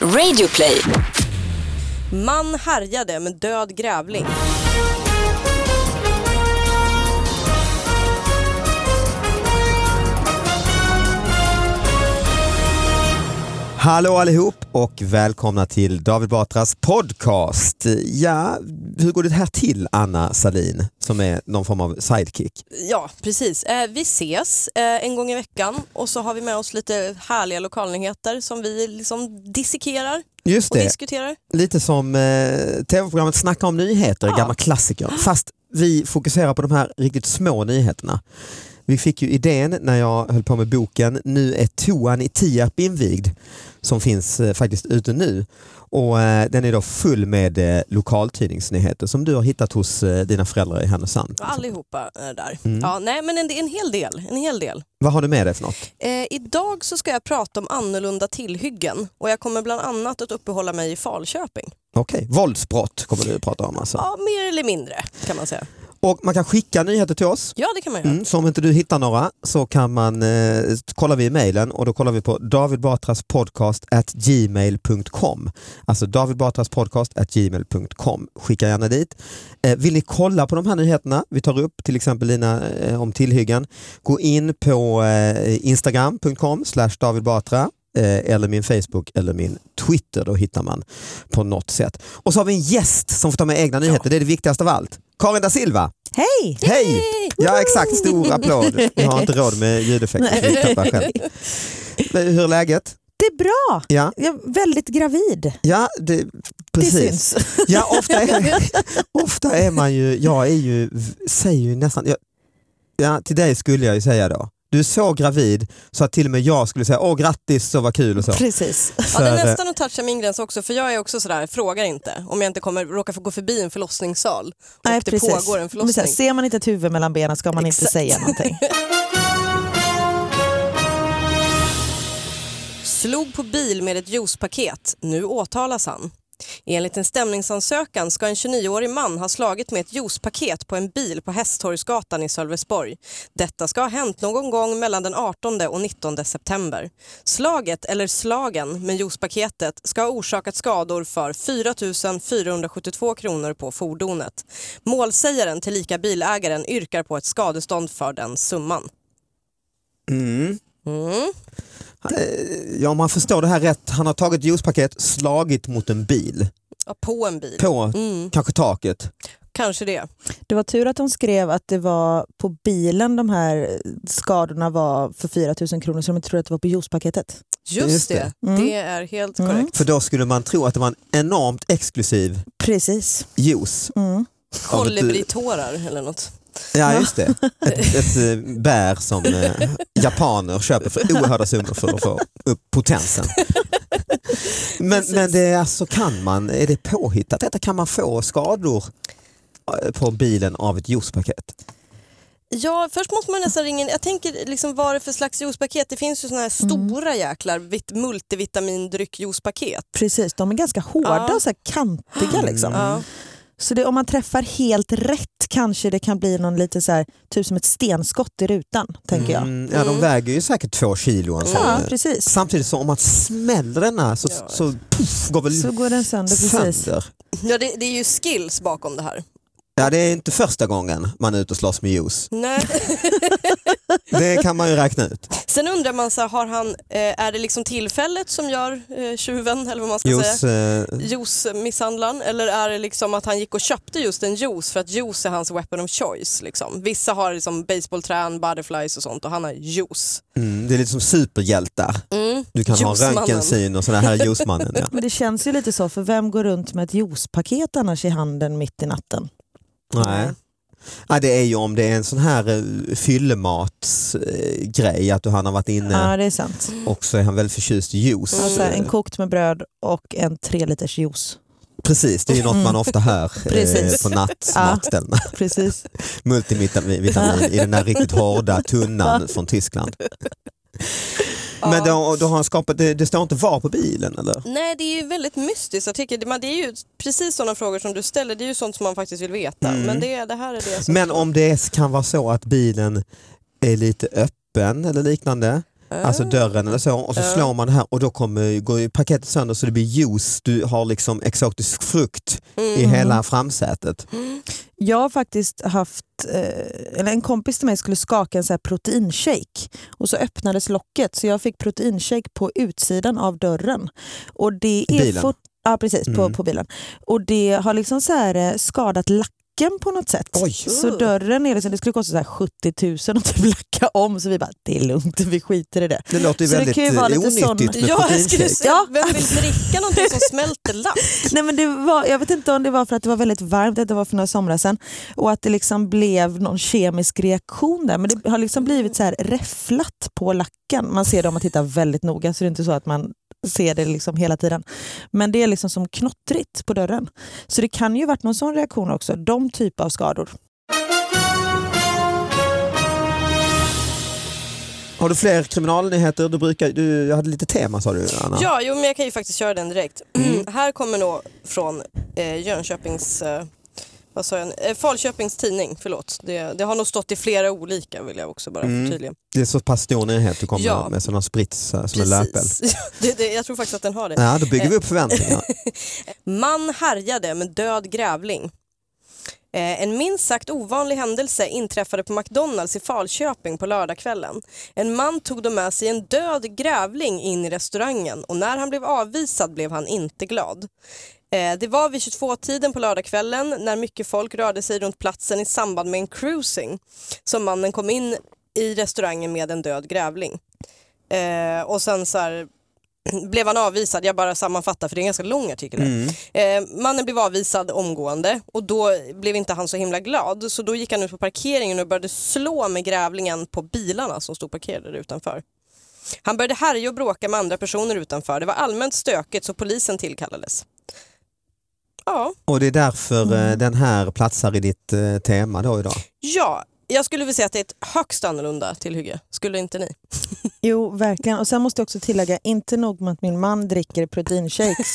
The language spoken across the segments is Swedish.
Radioplay. Man härjade med död grävling. Hallå allihop och välkomna till David Batras podcast. Ja, hur går det här till Anna Salin som är någon form av sidekick? Ja, precis. Eh, vi ses eh, en gång i veckan och så har vi med oss lite härliga lokalnyheter som vi liksom dissekerar Just och det, diskuterar. lite som eh, tv-programmet Snacka om nyheter, Ja. gamla klassiker. Fast vi fokuserar på de här riktigt små nyheterna. Vi fick ju idén när jag höll på med boken Nu är toan i Tierp invigd som finns eh, faktiskt ute nu. Och eh, Den är då full med eh, lokaltidningsnyheter som du har hittat hos eh, dina föräldrar i Härnösand. Allihopa är där. Mm. Ja, nej, men en, en hel del. En hel del. Vad har du med dig för något? Eh, idag så ska jag prata om annorlunda tillhyggen och jag kommer bland annat att uppehålla mig i Falköping. Okej, våldsbrott kommer du att prata om alltså. Ja, mer eller mindre kan man säga. Och man kan skicka nyheter till oss. Ja, det kan man göra. Mm, så om inte du hittar några så kan man, eh, kollar vi i mejlen och då kollar vi på davidbatraspodcast@gmail.com. Alltså davidbatraspodcast@gmail.com. Skicka gärna dit. Eh, vill ni kolla på de här nyheterna vi tar upp, till exempel dina eh, om tillhyggen, gå in på eh, instagram.com slash davidbatra eh, eller min Facebook eller min Twitter, då hittar man på något sätt. Och så har vi en gäst som får ta med egna nyheter, det är det viktigaste av allt. Karin da Silva! Hej! Hej! Ja exakt, stor applåd. Jag har inte råd med ljudeffekter. så jag klappar själv. Men Hur är läget? Det är bra! Ja, Jag är väldigt gravid. ja det, precis. Det syns. Ja, ofta, är, ofta är man ju, jag är ju, säger ju nästan, jag, ja, till dig skulle jag ju säga då. Du är så gravid så att till och med jag skulle säga åh grattis så vad kul och så. Precis. Ja, det För, är eh, nästan att toucha min gräns också för jag är också sådär, frågar inte om jag inte kommer råka få gå förbi en förlossningssal och Nej, det precis. pågår en Men så här, förlossning. ser man inte ett huvud mellan benen ska man Exakt. inte säga någonting. Slog på bil med ett juicepaket. Nu åtalas han. Enligt en stämningsansökan ska en 29-årig man ha slagit med ett juicepaket på en bil på Hästtorgsgatan i Sölvesborg. Detta ska ha hänt någon gång mellan den 18 och 19 september. Slaget, eller slagen, med juicepaketet ska ha orsakat skador för 4 472 kronor på fordonet. Målsägaren, tillika bilägaren, yrkar på ett skadestånd för den summan. Mm. Mm. Eh, Ja, om man förstår det här rätt, han har tagit juicepaket, slagit mot en bil, Ja, På en bil. på Mm, kanske taket. kanske det. Det var tur att de skrev att det var på bilen de här skadorna var för 4 000 kronor så de inte trodde att det var på juicepaketet. Just, Just det, det. det. Mm. är helt Mm. korrekt. För då skulle man tro att det var en enormt exklusiv Precis. juice. Mm. Av ett- Kolibritårar eller något. Ja just det, ett, ett eh, bär som eh, japaner köper för oerhörda summor för att få upp potensen. Men, Precis. men det är alltså, kan man, är det påhittat detta? Kan man få skador eh, på bilen av ett juicepaket? Ja, först måste man nästan ringa in. Jag tänker, liksom, vad är det för slags juicepaket? Det finns ju såna här stora jäklar vit, multivitamindryck-juicepaket. Precis, de är ganska hårda Ja. och så här kantiga. Liksom. Ja. Så det, om man träffar helt rätt kanske det kan bli någon liten så här, typ som ett stenskott i rutan. tänker jag. Mm, ja, de väger ju säkert två kilo. En sån. eh. Ja, precis. Samtidigt som om man smäller denna så, Ja. så puff, går väl Så går den sönder. Precis. sönder. Ja, det, det är ju skills bakom det här. Ja, det är inte första gången man är ute och slåss med juice. Nej. Det kan man ju räkna ut. Sen undrar man, så här, har han, eh, är det liksom tillfället som gör eh, tjuven? Eller vad man Alltså, ska säga? Juice, eh, juice-misshandlaren eller är det liksom att han gick och köpte just en juice för att juice är hans weapon of choice? Liksom? Vissa har liksom baseballträn, butterflies och sånt och han har juice. Mm, det är lite som superhjältar. Mm. Du kan ha Juicemannen. röntgensyn och sådär. Här är juicemannen. Ja. Men det känns ju lite så, för vem går runt med ett juicepaket annars i handen mitt i natten? Nej. Ja, det är ju om det är en sån här eh, fyllematsgrej, eh, grej, att du, han har varit inne Ja, det är sant. och så är han väldigt förtjust i juice. Alltså, Eh, en kokt med bröd och en tre liters juice. Precis, det är ju något man ofta hör eh, Mm. Precis. på nattmatställena. Precis. Multivitamin i den där riktigt hårda tunnan från Tyskland. Men då, då har han skapat, det, det står inte var på bilen eller? Nej, det är ju väldigt mystiskt. Jag tycker, det, men det är ju precis sådana frågor som du ställer. Det är ju sånt som man faktiskt vill veta. Mm. Men det, det här är det som... Men om det kan vara så att bilen är lite öppen eller liknande Äh. Ah. alltså dörren eller så och så Ja. slår man det här och då kommer, går ju paketet sönder så det blir juice, du har liksom exotisk frukt i Mm. hela framsätet. Mm. Jag har faktiskt haft, eh, eller en kompis till mig skulle skaka en så här proteinshake och så öppnades locket så jag fick proteinshake på utsidan av dörren. Och det är Bilen? fort- Ja precis, på, Mm. på bilen. Och det har liksom så här eh, skadat lacken på något sätt. Oj. Så Uh. dörren är liksom, det skulle kosta så här 70 000 att typ lacka om så vi bara, det är lugnt, vi skiter i det. Det låter ju Så det väldigt kan ju eh, vara lite onyttigt sån- med Ja, jag skulle proteinshake. säga, Ja. vem vill dricka någonting som smälter lack? Nej, men det var, jag vet inte om det var för att det var väldigt varmt, att det var för några somrar sedan och att det liksom blev någon kemisk reaktion där. Men det har liksom blivit så här räfflat på lacken. Man ser det om man tittar väldigt noga så det är inte så att man ser det liksom hela tiden. Men det är liksom som knottrigt på dörren. Så det kan ju varit någon sån reaktion också, de typ av skador. Har du fler kriminalnyheter? Du, brukar, du hade lite tema sa du Anna. Ja, jo, men jag kan ju faktiskt köra den direkt. Mm. Mm, Här kommer då från eh, Jönköpings... Eh, vad sa jag? nu? Eh, Falköpings tidning, förlåt. Det, det har nog stått i flera olika vill jag också bara Mm. förtydliga. Det är så pass stor nyhet du kommer Ja. med, med sådana sprits eh, som en löpeld. det, det, jag tror faktiskt att den har det. Ja, då bygger vi upp förväntningar. Man härjade med död grävling. Eh, En minst sagt ovanlig händelse inträffade på McDonalds i Falköping på lördagskvällen. En man tog då med sig en död grävling in i restaurangen och när han blev avvisad blev han inte glad. Eh, Det var vid 22-tiden på lördagskvällen när mycket folk rörde sig runt platsen i samband med en cruising som mannen kom in i restaurangen med en död grävling. Eh, Och sen så här blev han avvisad, jag bara sammanfattar för det är en ganska lång artikel. här. Eh, mannen blev avvisad omgående och då blev inte han så himla glad så då gick han ut på parkeringen och började slå med grävlingen på bilarna som stod parkerade där utanför. Han började härja och bråka med andra personer utanför. Det var allmänt stökigt så polisen tillkallades. Ja, Och det är därför eh, den här platsar i ditt eh, tema då idag. ja. Jag skulle vilja säga att det är ett högst annorlunda tillhygge. Skulle inte ni? Jo, verkligen. Och sen måste jag också tillägga, inte nog med att min man dricker proteinshakes,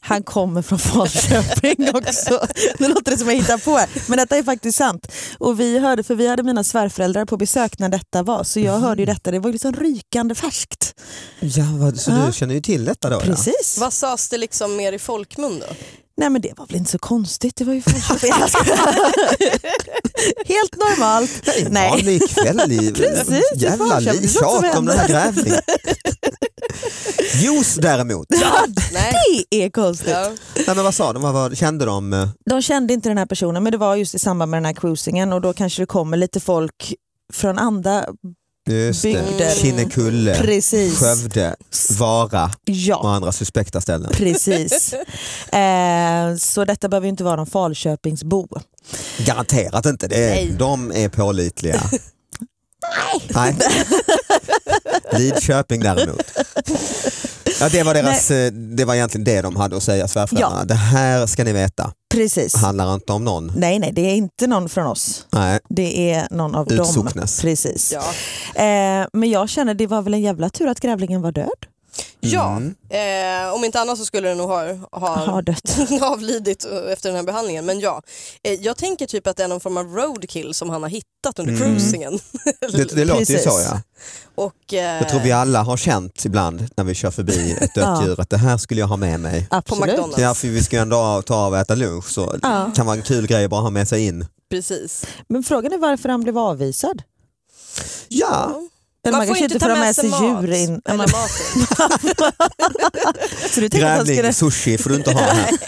han kommer från Falköping också. Nu låter det som jag hittar på här, men detta är faktiskt sant. Och vi hörde, för vi hade mina svärföräldrar på besök när detta var, så jag hörde ju Mm. detta, det var ju liksom rykande färskt. Ja, vad, så Ja. du känner ju till detta då? Ja. Precis. Vad sades det liksom mer i folkmun då? Nej men det var väl inte så konstigt, det var ju Falköping. Helt normalt. Det är en Nej. vanlig kväll i Precis, det jävla var- li- det var som tjat om den här grävlingen. Juice däremot, Nej. Det är konstigt. Ja. Nej, men vad sa de? Vad, vad kände de? eh, De kände inte den här personen men det var just i samband med den här cruisingen och då kanske det kommer lite folk från andra Eh, Just det, Bygder. Kinnekulle, Precis. Skövde, Vara och Ja, andra suspekta ställen. precis. eh, så detta behöver ju inte vara någon Falköpingsbo. Garanterat inte. Det är, Nej. de är pålitliga. Nej. Lidköping däremot. Ja, det, var deras, eh, det var egentligen det de hade att säga svärföräldrarna. Ja. Det här ska ni veta, Precis. handlar inte om någon. Nej, nej, det är inte någon från oss. Nej, Det är någon av dem. utsocknes. Precis. Ja. Eh, men jag känner det var väl en jävla tur att grävlingen var död. Ja, Mm. eh, om inte annat så skulle den nog ha, ha Har dött. avlidit eh, efter den här behandlingen. Men ja, eh, jag tänker typ att det är någon form av roadkill som han har hittat under Mm. cruisingen. Det, det låter ju Precis. så ja. Och, eh, Jag tror vi alla har känt ibland när vi kör förbi ett dött Ja. djur att det här skulle jag ha med mig. på Absolut. McDonalds. Ja, för vi ska ju ändå ta av och äta lunch så det Ja. kan vara en kul grej att bara ha med sig in. Precis. Men frågan är varför han blev avvisad. Ja, Eller man, kanske inte får ha med sig djur in. Eller Man, mat in. så du tänkte att han, grävling, skulle, sushi får du inte ha här.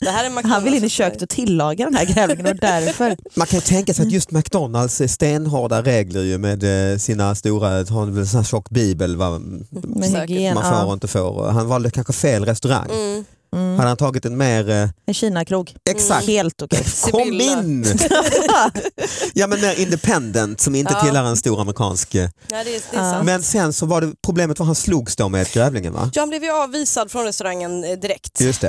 Det här är McDonald's. han vill in i köket och tillaga den här grävlingen och därför. Man kan ju tänka sig att just McDonalds är stenhårda regler ju med eh, sina stora, har en sån här tjock bibel vad Med Säkert. hygien. man får och Ja. inte får. Han valde kanske fel restaurang. Mm. Hade han tagit en mer, eh, En kinakrog. exakt, Helt okej. kom Sibylla. in! ja men mer independent som inte Ja. tillhör en stor amerikansk. eh. Nej, det är, det är Ja. sant. Men sen så var det problemet var han slogs då med grävlingen va? Ja, han blev ju avvisad från restaurangen eh, direkt Just det.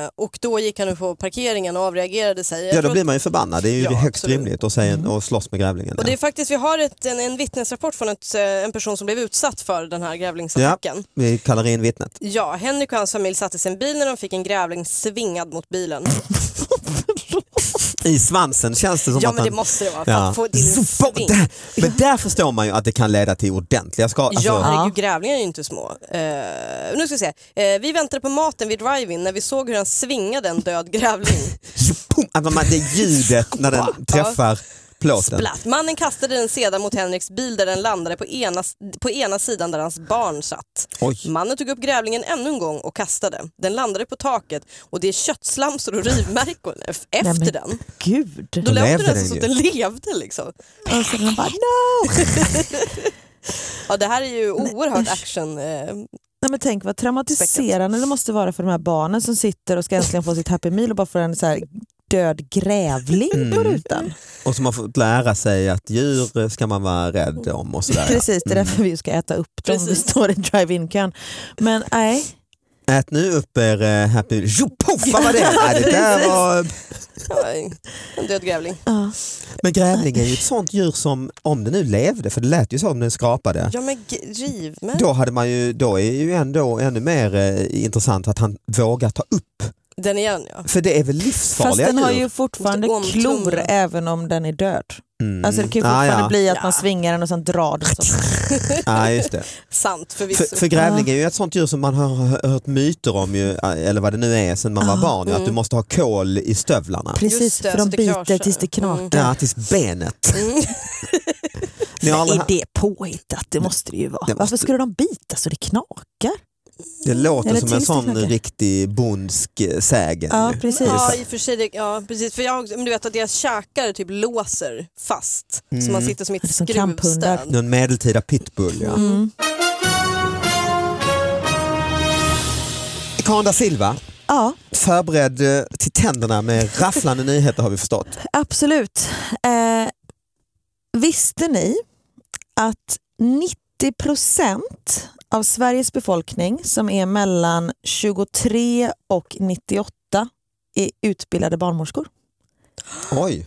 eh, och då gick han upp på parkeringen och avreagerade sig. Jag Ja tror då att- blir man ju förbannad, det är ju Ja, högst absolut. Mm. rimligt att, säga, att slåss med grävlingen. Och det är faktiskt, vi har ett, en, en vittnesrapport från ett, eh, en person som blev utsatt för den här grävlingsattacken. Vi kallar in vittnet. Ja. Henrik och hans familj satt i sin bil när de fick en grävling svingad mot bilen. i svansen känns det som Ja att men det han... måste det vara. För Ja. att få till en Så- sving. där, men där förstår man ju att det kan leda till ordentliga skador. Alltså, Ja, herregud, Ja. grävlingar är ju inte små. Eh, nu ska vi se. Eh, vi väntade på maten vid drive-in när vi såg hur han svingade en död grävling. pum, att man, det ljudet när den träffar plåten. Splatt. Mannen kastade den sedan mot Henriks bil där den landade på ena, på ena sidan där hans barn satt. Oj. Mannen tog upp grävlingen ännu en gång och kastade. Den landade på taket och det är köttslamsor och rivmärken ef- efter men- den. Gud. Då lät det levde den nästan som att ju. den levde liksom. Och så man bara, no! Ja, det här är ju oerhört action. Eh, Nej, men tänk vad traumatiserande det måste vara för de här barnen som sitter och ska äntligen få sitt happy meal och bara får en så här död grävling Mm. på rutan. Och som har fått lära sig att djur ska man vara rädd om och sådär. ja. Mm. Precis, det är därför vi ska äta upp dem. Vi Precis. står i drive-in-kön. Men nej, Ät nu upp er eh, Happy Meal. Jo, poff, vad var det? Nej, det där var... ja, en död grävling. ja. Men grävling är ju ett sånt djur som, om det nu levde, för det lät ju så om den skrapade, Ja men g- rivmärken. då, hade man ju, då är ju ändå ännu mer eh, intressant att han vågar ta upp. Den igen ja. För det är väl fast livsfarliga den har djur? ju fortfarande Måste omtumla. klor även om den är död. Mm. Alltså det kan ju Ah, fortfarande ja. bli att Ja. man svingar den och sen drar den. Så. Ja, just det. Sant förvisso. För, för grävling är ju ett sånt djur som man har hört myter om, ju, eh, eller vad det nu är, sedan Ah, man var barn. ju, Att du mm. måste ha kol i stövlarna. Precis, Just det, för så de det biter kraschar. Mm. tills det knakar. Ja, tills benet. Mm. Ni har aldrig Är haft- det påhittat? Det måste det ju vara. Det måste- Varför skulle de bita så det knakar? det låter Eller som en tills det sån knakar. riktig bondsk eh, sägen. Ja, ju. precis. Ja, i och för sig. det- Ja, precis. För jag, men du vet att deras käkar typ låser fast. Så Mm. man sitter som i ett Som kamphundar. skruvstäd. Någon medeltida pitbull ja. Mm. Mm. Kanda Silva, Ja, förberedd eh, till tänderna med rafflande nyheter har vi förstått. absolut. Eh, visste ni att 90 procent av Sveriges befolkning som är mellan 23 och 98 är utbildade barnmorskor? Oj.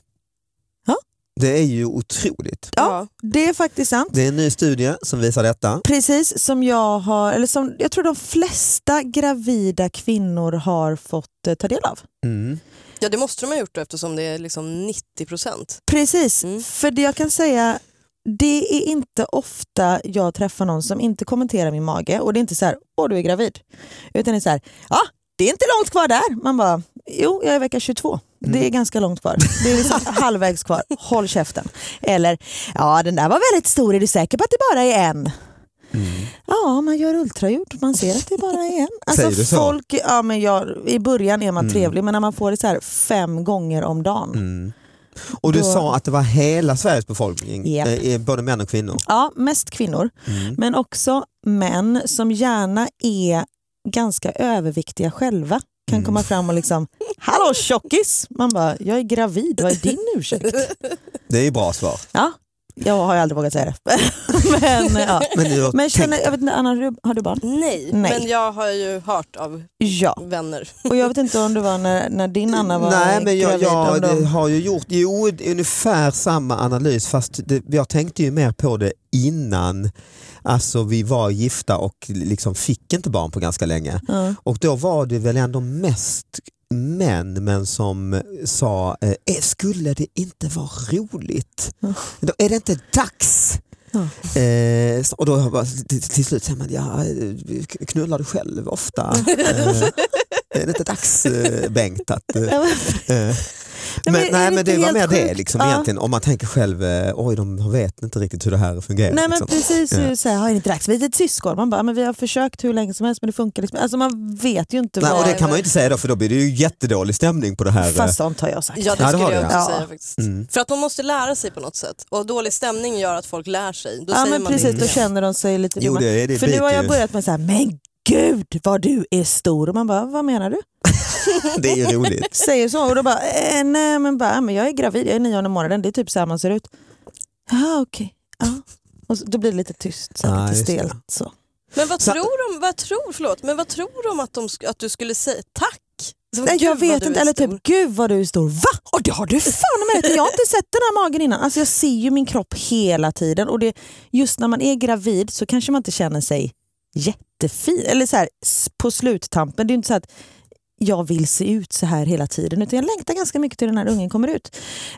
Ja. Det är ju otroligt. Ja. Det är faktiskt sant. Det är en ny studie som visar detta. Precis som jag har, eller som jag tror de flesta gravida kvinnor har fått eh, ta del av. Mm. ja, det måste de ha gjort då eftersom det är liksom 90 procent. Precis, Mm. för det jag kan säga det är inte ofta jag träffar någon som inte kommenterar min mage och det är inte så här, åh du är gravid. Utan det är så här, ja det är inte långt kvar där. Man bara, jo jag är vecka 22. Det Mm. är ganska långt kvar. Det är liksom halvvägs kvar. Håll käften. Eller, ja den där var väldigt stor, är du säker på att det bara är en? Mm. Ja, man gör ultraljud. Man ser att det bara är en. Alltså, Säger du så? Mm. folk, ja, men jag, I början är man trevlig, men när man får det så här fem gånger om dagen. Och du Då- sa att det var hela Sveriges befolkning, Japp. eh, både män och kvinnor. Ja, mest kvinnor. Mm. Men också män som gärna är ganska överviktiga själva kan Mm. komma fram och liksom “Hallå tjockis!” Man bara “Jag är gravid, vad är din ursäkt?” Det är ju bra svar. Ja, jag har ju aldrig vågat säga det. men ja. Men du har men känner, tänkt- jag vet inte, Anna, har du- har du barn? Nej, Nej. men jag har ju hört av Ja, vänner. och jag vet inte om det var när, när din Anna var Nej, men jag, gravid. om jag de- det har ju gjort jo, ungefär samma analys fast det, jag tänkte ju mer på det innan. Alltså vi var gifta och liksom fick inte barn på ganska länge. Ja. Och då var det väl ändå mest män men som sa, eh, "Eh, skulle det inte vara roligt? Mm. Då är det inte dags? Ja. Eh, och då har jag bara, till, till slut säger man, ja, eh, knullar du själv ofta? eh, är det inte dags eh, Bengt att eh, Ja, men- Eh, Men, men är nej, det men inte det var helt mer det sjukt? liksom, Ja. egentligen. Om man tänker själv, eh, oj de vet inte riktigt hur det här fungerar. Nej men liksom. precis, Ja. ja. så här, har inte dags? Vi är ett syskon. Man bara, men vi har försökt hur länge som helst men det funkar liksom. Alltså man vet ju inte nej, vad... och det kan man ju inte säga då för då blir det ju jättedålig stämning på det här. eh. Fast sånt har jag sagt. Ja, det Ja, det skulle har jag du, också ja. säga Ja. faktiskt. Mm. För att de måste lära sig på något sätt och dålig stämning gör att folk lär sig. Då Ja säger men man precis, det. då känner de sig lite Jo dumma. det, det För nu har biter jag ju. börjat med så här, men gud vad du är stor. Och man bara, vad menar du? det är ju roligt. Säger så och då bara, eh, nej men bara, "Ja, men jag är gravid, jag är nionde månaden. Det är typ så här man ser ut. Jaha okej, ja. Och så, då blir det lite tyst, så här, Ja, lite just det. stelt. Så. Men vad Så- tror de, vad tror, förlåt, men vad tror de att, de sk- att du skulle säga? Tack! Så, Nej, "Gud, jag vad vet du inte, är eller stor." typ gud vad du är stor. Va? Och det har du fan med rätt i. Jag har inte sett den här magen innan. Alltså jag ser ju min kropp hela tiden och det, just när man är gravid så kanske man inte känner sig jättefin. Eller så här, s- på sluttampen, det är ju inte så att jag vill se ut så här hela tiden. Utan jag längtar ganska mycket till den här ungen kommer ut.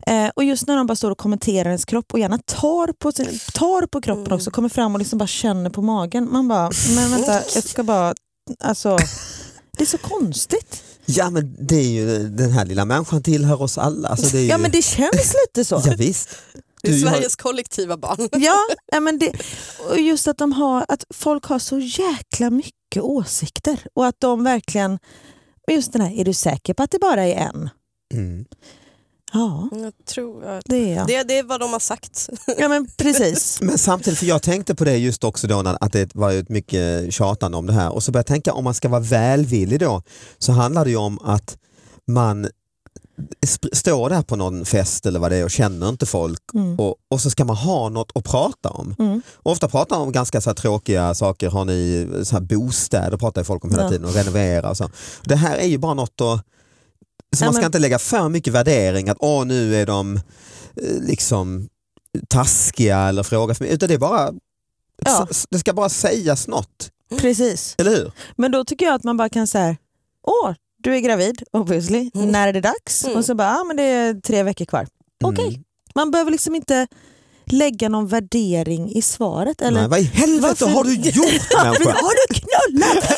Eh, och just när de bara står och kommenterar ens kropp och gärna tar på, sin, tar på kroppen Mm. också, kommer fram och liksom bara känner på magen. Man bara, men vänta, jag ska bara... Alltså, det är så konstigt. Ja men det är ju, den här lilla människan tillhör oss alla. Alltså, det är ju, Ja men det känns lite så. ja visst. Det är Du har- Sveriges kollektiva barn. Ja, nej, men det, och just att, de har, att folk har så jäkla mycket åsikter och att de verkligen... men Just den här, är du säker på att det bara är en? Mm. Ja, Jag tror att... det är jag. Det, det är vad de har sagt. Ja, men precis. Men samtidigt, för jag tänkte på det just också då, när- att det var ju ett mycket tjatande om det här. Och så började jag tänka, om man ska vara välvillig då, så handlar det ju om att man sp- står där på någon fest eller vad det är och känner inte folk Mm. och, och så ska man ha något att prata om. Mm. Och ofta pratar man om ganska så här tråkiga saker, har ni så här bostäder pratar ju folk om hela Ja. tiden och renovera och så. Det här är ju bara något att så Ja, man ska men- inte lägga för mycket värdering att åh nu är de eh, liksom taskiga eller frågar för mycket. Utan det är bara, Ja. s- det ska bara sägas något, Precis. eller hur? Men då tycker jag att man bara kan säga, åh, du är gravid, obviously. Mm. När är det dags? Mm. Och så bara, ja men det är tre veckor kvar. Okej. Mm. Man behöver liksom inte lägga någon värdering i svaret. Eller, Nej, vad i helvete Varför- har du gjort människa? har du knullat?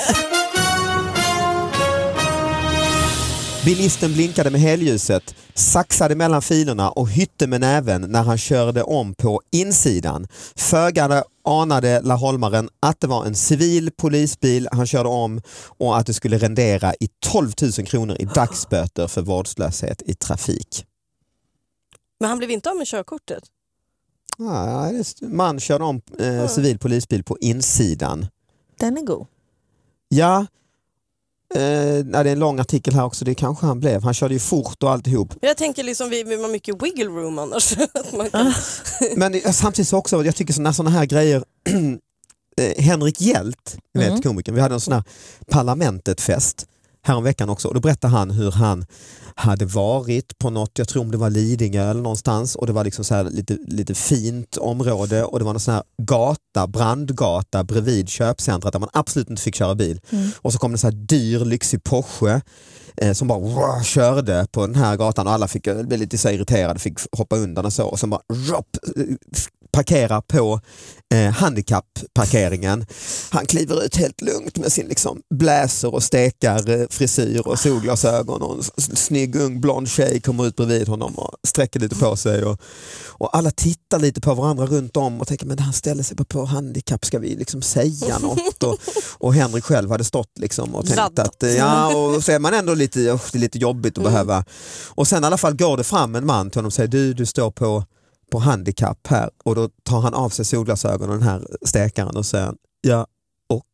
Bilisten blinkade med helljuset, saxade mellan filerna och hytte med näven när han körde om på insidan. Föga anade laholmaren att det var en civil polisbil han körde om och att det skulle rendera i 12 000 kronor i dagsböter för vårdslöshet i trafik. Men han blev inte av med körkortet. Ah, det är st- man körde om eh, civil polisbil på insidan. Den är god. Ja, eh, nej, det är en lång artikel här också, det kanske han blev. Han körde ju fort och alltihop. Jag tänker liksom vi, vi har mycket wiggle room annars. Att man Ah. kan, Men jag- samtidigt så också, jag tycker sådana såna här grejer, eh, Henrik Hjält, ni vet Mm. komikern, vi hade en sån här parlamentet-fest häromveckan också och då berättade han hur han hade varit på något, jag tror om det var Lidingö eller någonstans och det var liksom så här lite, lite fint område och det var någon sån här gata, brandgata bredvid köpcentret där man absolut inte fick köra bil. Och så kom det en så här dyr lyxig Porsche eh, som bara wow, körde på den här gatan och alla fick, eh, blev lite så här irriterade fick hoppa undan och så och sen bara rop, eh, f- parkera på eh, handikappparkeringen. Han kliver ut helt lugnt med sin liksom, bläser och stekarfrisyr och solglasögon och en s- s- snygg ung blond tjej kommer ut bredvid honom och sträcker lite på sig och, och alla tittar lite på varandra runt om och tänker men han ställer sig på, på handikapp, ska vi liksom säga något? Och, och Henrik själv hade stått liksom och tänkt Laddat. att eh, ja, och så är man ändå lite, "Usch, det är lite jobbigt att behöva. Och sen i alla fall går det fram en man till honom och säger du, du står på på handikapp här och då tar han av sig solglasögonen den här stekaren och säger ja och?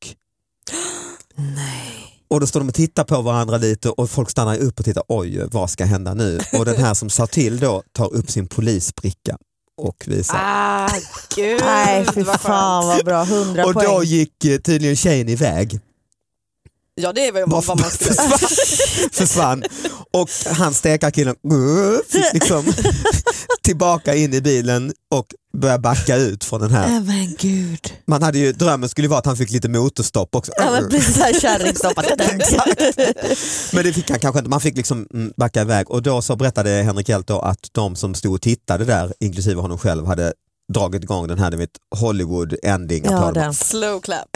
Nej. Och då står de och tittar på varandra lite och folk stannar upp och tittar oj vad ska hända nu? Och den här som sa till då tar upp sin polisbricka och visar. ah, gud Nej, fy vad fan skönt. vad bra. 100 och då poäng. gick eh, tydligen tjejen iväg. Ja det är väl vad Bara man skulle säga. försvann, försvann. Och han stekarkillen uh, fick liksom tillbaka in i bilen och började backa ut från den här Äh, men gud. Man hade ju, drömmen skulle ju vara att han fick lite motorstopp också. Ja, men precis så här kärringstoppat. Men det fick han kanske inte. Man fick liksom mm, backa iväg och då så berättade Henrik Hjält då att de som stod och tittade där, inklusive honom själv, hade dragit igång den här ni vet, Hollywood ending. Ja, applåd. den. Slow clap.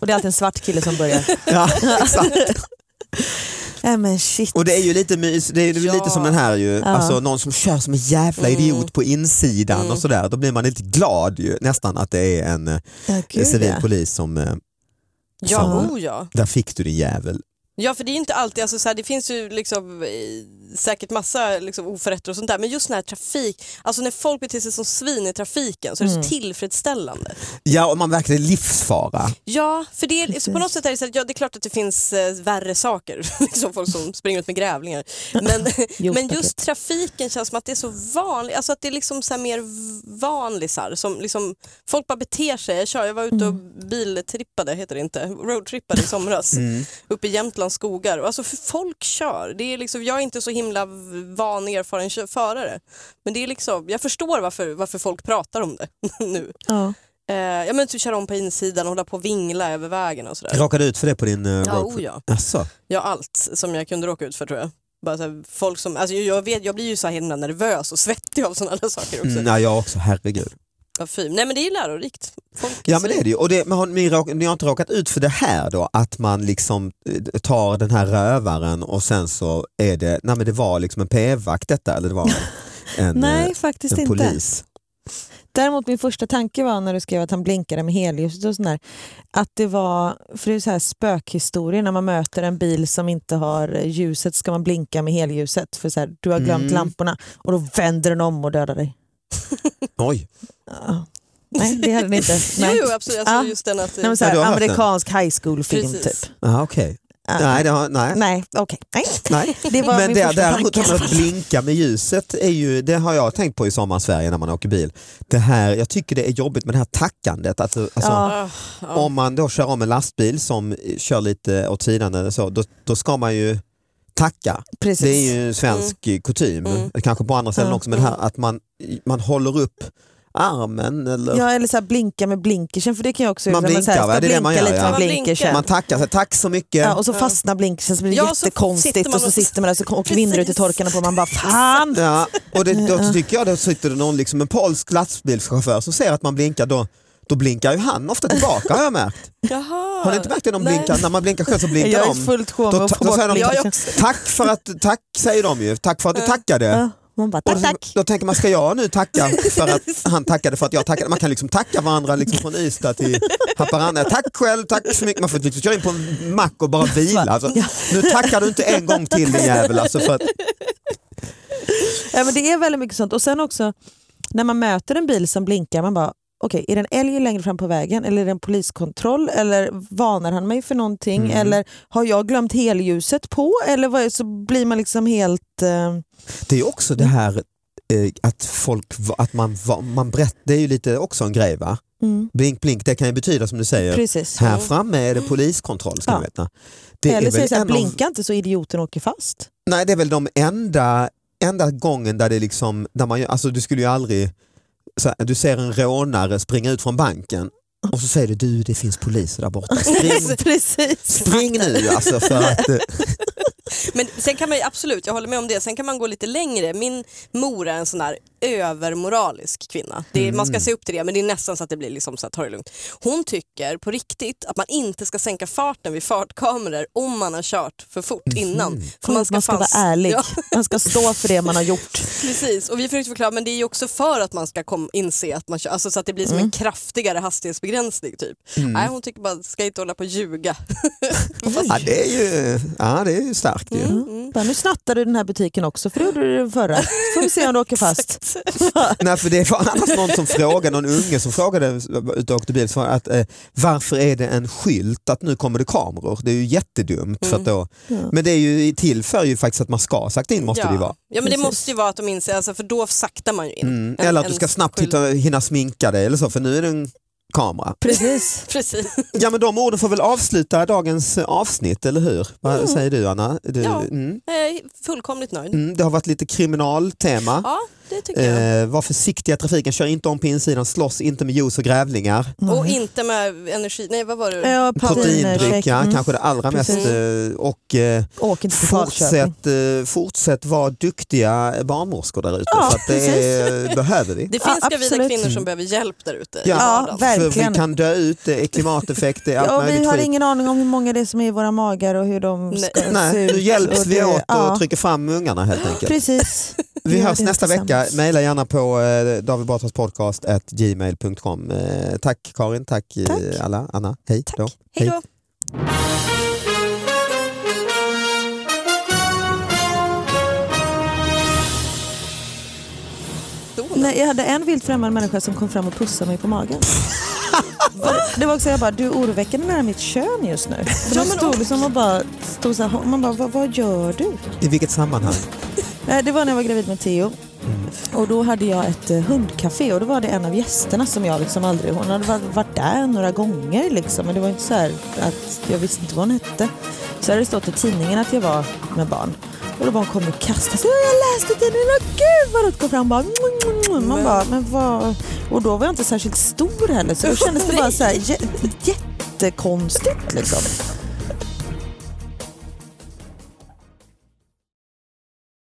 Och det är alltid en svart kille som börjar. ja exakt. Äh, men shit. Och det är ju lite mys, det är ju Ja. lite som den här ju, alltså någon som kör som en jävla idiot på insidan och sådär. Då blir man lite glad ju nästan att det är en eh, Ja, gud, civil ja. polis som, eh, Ja, Fan. oh ja. där fick du din jävel. Ja för det är ju inte alltid, alltså, så här, det finns ju liksom, eh, säkert massa liksom, oförrätter och sånt där men just när trafik, alltså när folk beter sig som svin i trafiken så är det så tillfredsställande. Ja, och man verkade livsfara. Ja, för det är, så på Precis. något sätt är det så att, ja, det är klart att det finns eh, värre saker, liksom folk som springer ut med grävlingar. Men, men just trafiken känns som att det är så vanligt, alltså att det är liksom så här mer vanlisar som liksom, folk bara beter sig. Jag, kör, jag var ute och biltrippade, heter det inte, roadtrippade i somras Mm. uppe i Jämtlands skogar. Och Alltså för folk kör, det är liksom, jag är inte så himla van erfaren kö- förare. Men det är liksom, jag förstår varför, varför folk pratar om det nu. Ja. Eh, ja, men typ köra om på insidan och hålla på och vingla över vägen och sådär. Råkade du ut för det på din eh, Ja, roadtrip? oh ja. Jaså? ja, allt som jag kunde råka ut för tror jag. Bara så här, folk som, alltså, jag, vet, jag blir ju så här himla nervös och svettig av sådana där saker också. Mm, nej, jag också, herregud. Ja, fy. Nej men det är ju lärorikt. Folk Ja men det är det ju. Och det, men har, ni, råk, ni har inte råkat ut för det här då? Att man liksom eh, tar den här rövaren och sen så är det, nej men det var liksom en p-vakt detta eller det var en, en, Nej, eh, faktiskt en inte. polis. Däremot min första tanke var när du skrev att han blinkade med helljuset och sådär, att det var, för det är så här spökhistorier när man möter en bil som inte har ljuset ska man blinka med helljuset för så här, du har glömt Mm. lamporna och då vänder den om och dödar dig. Oj, Ja. Nej, det hade ni inte. Jo, Nej. jo absolut. Alltså, Ja. just den att... Nej, men så Ja, här, du har haft amerikansk high school-film Precis. typ. Jaha, okej. Ja. Nej, det har, nej. Nej, okej. Nej. nej. Det var Men min det, första däremot tanke. att blinka med ljuset, är ju, det har jag tänkt på i sommarsverige när man åker bil. Det här, jag tycker det är jobbigt med det här tackandet. Alltså, alltså, Ja. Ah, ja. Om man då kör om en lastbil som eh, kör lite åt sidan eller så, då, då ska man ju tacka. Precis. Det är ju en svensk mm. kutym, Mm. kanske på andra ställen Ja. också, men det här att man, man håller upp armen eller Ja, eller så här, blinka med blinkersen för det kan jag också Man göra. så blinkar, här, va? ska Det är det man blinka gör, lite ja. med Man blinkar. blinkersen. man tackar, så här, tack så mycket. Ja, och så Ja. fastnar blinkersen så blir det Ja, så jättekonstigt sitter man och så och- sitter man där så kom- och vinner ut i Precis. torkarna på man bara fan! Ja, och det, då tycker jag då sitter det någon, liksom en polsk lastbilschaufför som ser att man blinkar, då, då blinkar ju han ofta tillbaka har jag märkt. Jaha. Har ni inte märkt det? De Nej. blinkar, när man blinkar själv så blinkar Jag är de. fullt sjå med Då, att ta- få då säger bort de Ja, jag blinkersen. också. tack för att, tack säger de ju, tack för att du tackade. Ja, Man bara Och tack då, tack! då tänker man, ska jag nu tacka för att han tackade för att jag tackade? Man kan liksom tacka varandra liksom från Ystad till Haparanda. Tack själv, tack så mycket. Man får liksom köra in på en mack och bara vila. Alltså, nu tackar du inte en gång till din jävel. Alltså, för att, Ja, men det är väldigt mycket sånt. Och sen också när man möter en bil som blinkar, man bara okej, är det en älg längre fram på vägen eller är det en poliskontroll eller varnar han mig för någonting Mm. eller har jag glömt helljuset på eller vad är, så blir man liksom helt... Eh, Det är också det här eh, att folk, va- att man, va- man berätt, det är ju lite också en grej va? mm, Blink blink, det kan ju betyda som du säger, precis. Mm. här framme är det poliskontroll ska Ja. ni veta. Det eller är, så är det väl så här, en av, blinka inte så idioten åker fast. nej, det är väl de enda, enda gången där det liksom, där man, gör- alltså du skulle ju aldrig, så här, du ser en rånare springa ut från banken och så säger du, du det finns poliser där borta, spring, precis. spring nu alltså för att eh, Men sen kan man ju absolut, jag håller med om det, sen kan man gå lite längre. Min mor är en sån där övermoralisk kvinna. Det är, Man Mm. ska se upp till det men det är nästan så att det blir liksom så här, ta det lugnt. Hon tycker på riktigt att man inte ska sänka farten vid fartkameror om man har kört för fort Mhm. innan. För Man ska, man ska fan- vara ärlig. Ja, Man ska stå för det man har gjort. precis. Och vi försökte förklara men det är ju också för att man ska kom, inse att man kör, alltså så att det blir som Mm. en kraftigare hastighetsbegränsning typ. Nej hon tycker bara, ska inte hålla på och ljuga. ja, det är ju, ja, det är ju starkt ju. Mm. Mm. Bara, nu snattar du den här butiken också, för det gjorde du den förra. Får vi se om du åker fast. Nej, för det var annars någon som frågade, någon unge som frågade ute och åkte bil, så att, eh, varför är det en skylt att nu kommer det kameror? Det är ju jättedumt. För att då, Men det är ju till för ju faktiskt att man ska sakta in måste det ju vara. Ja men Precis. det måste ju vara att de inser, alltså, för då saktar man ju in. Mm. En- Eller att en du ska snabbt skylt. hitta, hinna sminka dig eller så för nu är det en kamera. Precis. Precis. Ja men de orden får väl avsluta dagens eh, avsnitt eller hur? Vad säger du Anna? Du, Ja. mm, Jag är fullkomligt nöjd. mm, det har varit lite kriminaltema. Ja, det tycker jag. Eh, var försiktiga i trafiken, kör inte om på insidan, slåss inte med juice och grävlingar. Och inte med energi... Nej, vad var det? Mm. Ja, Proteindryck, proteincheck. ja, Mm. kanske det allra Precis. mest. eh, Och eh, Åk inte till Falköping. fortsätt, eh, fortsätt vara duktiga barnmorskor där ute Ja, för att det är, behöver vi. Det finns Ja, gravida absolut. kvinnor som behöver hjälp där ute i Ja, vardagen. verkligen. För vi kan dö ut, det är klimateffekt, det är allt Ja, vi möjligt har skit. ingen aning om hur många det är som är i våra magar och hur de Nej. ska se Nej, ut. nu hjälps Och vi det- åt och ja, trycker fram ungarna helt enkelt. Precis. Vi gör hörs det nästa vecka. tillsammans. Mejla gärna på eh, davidbatraspodcast@gmail.com. Eh, tack Karin, tack, eh, Tack. alla, Anna. Hej Tack. då. Hej då. Stolen. Nej, jag hade en vilt främmande människa som kom fram och pussade mig på magen. Va? Det var också jag bara, du är oroväckande nära mitt kön just nu. För Ja, de men- stod liksom och bara, stod så här, man bara, vad, vad gör du? I vilket sammanhang? Nej, Eh, Det var när jag var gravid med Theo. Och då hade jag ett eh, hundcafé och då var det en av gästerna som jag liksom aldrig... Hon hade va- varit där några gånger liksom men det var inte så här att jag visste inte vad hon hette. Så hade det stått i tidningen att jag var med barn. Och då bara hon kom och kastade sig. Jag läste i tidningen och gud vad roligt! Kom fram och bara... "Mua, mua, mua." man Men- bara, men vad... Och då var jag inte särskilt stor heller så då kändes det bara så här jä- jättekonstigt liksom.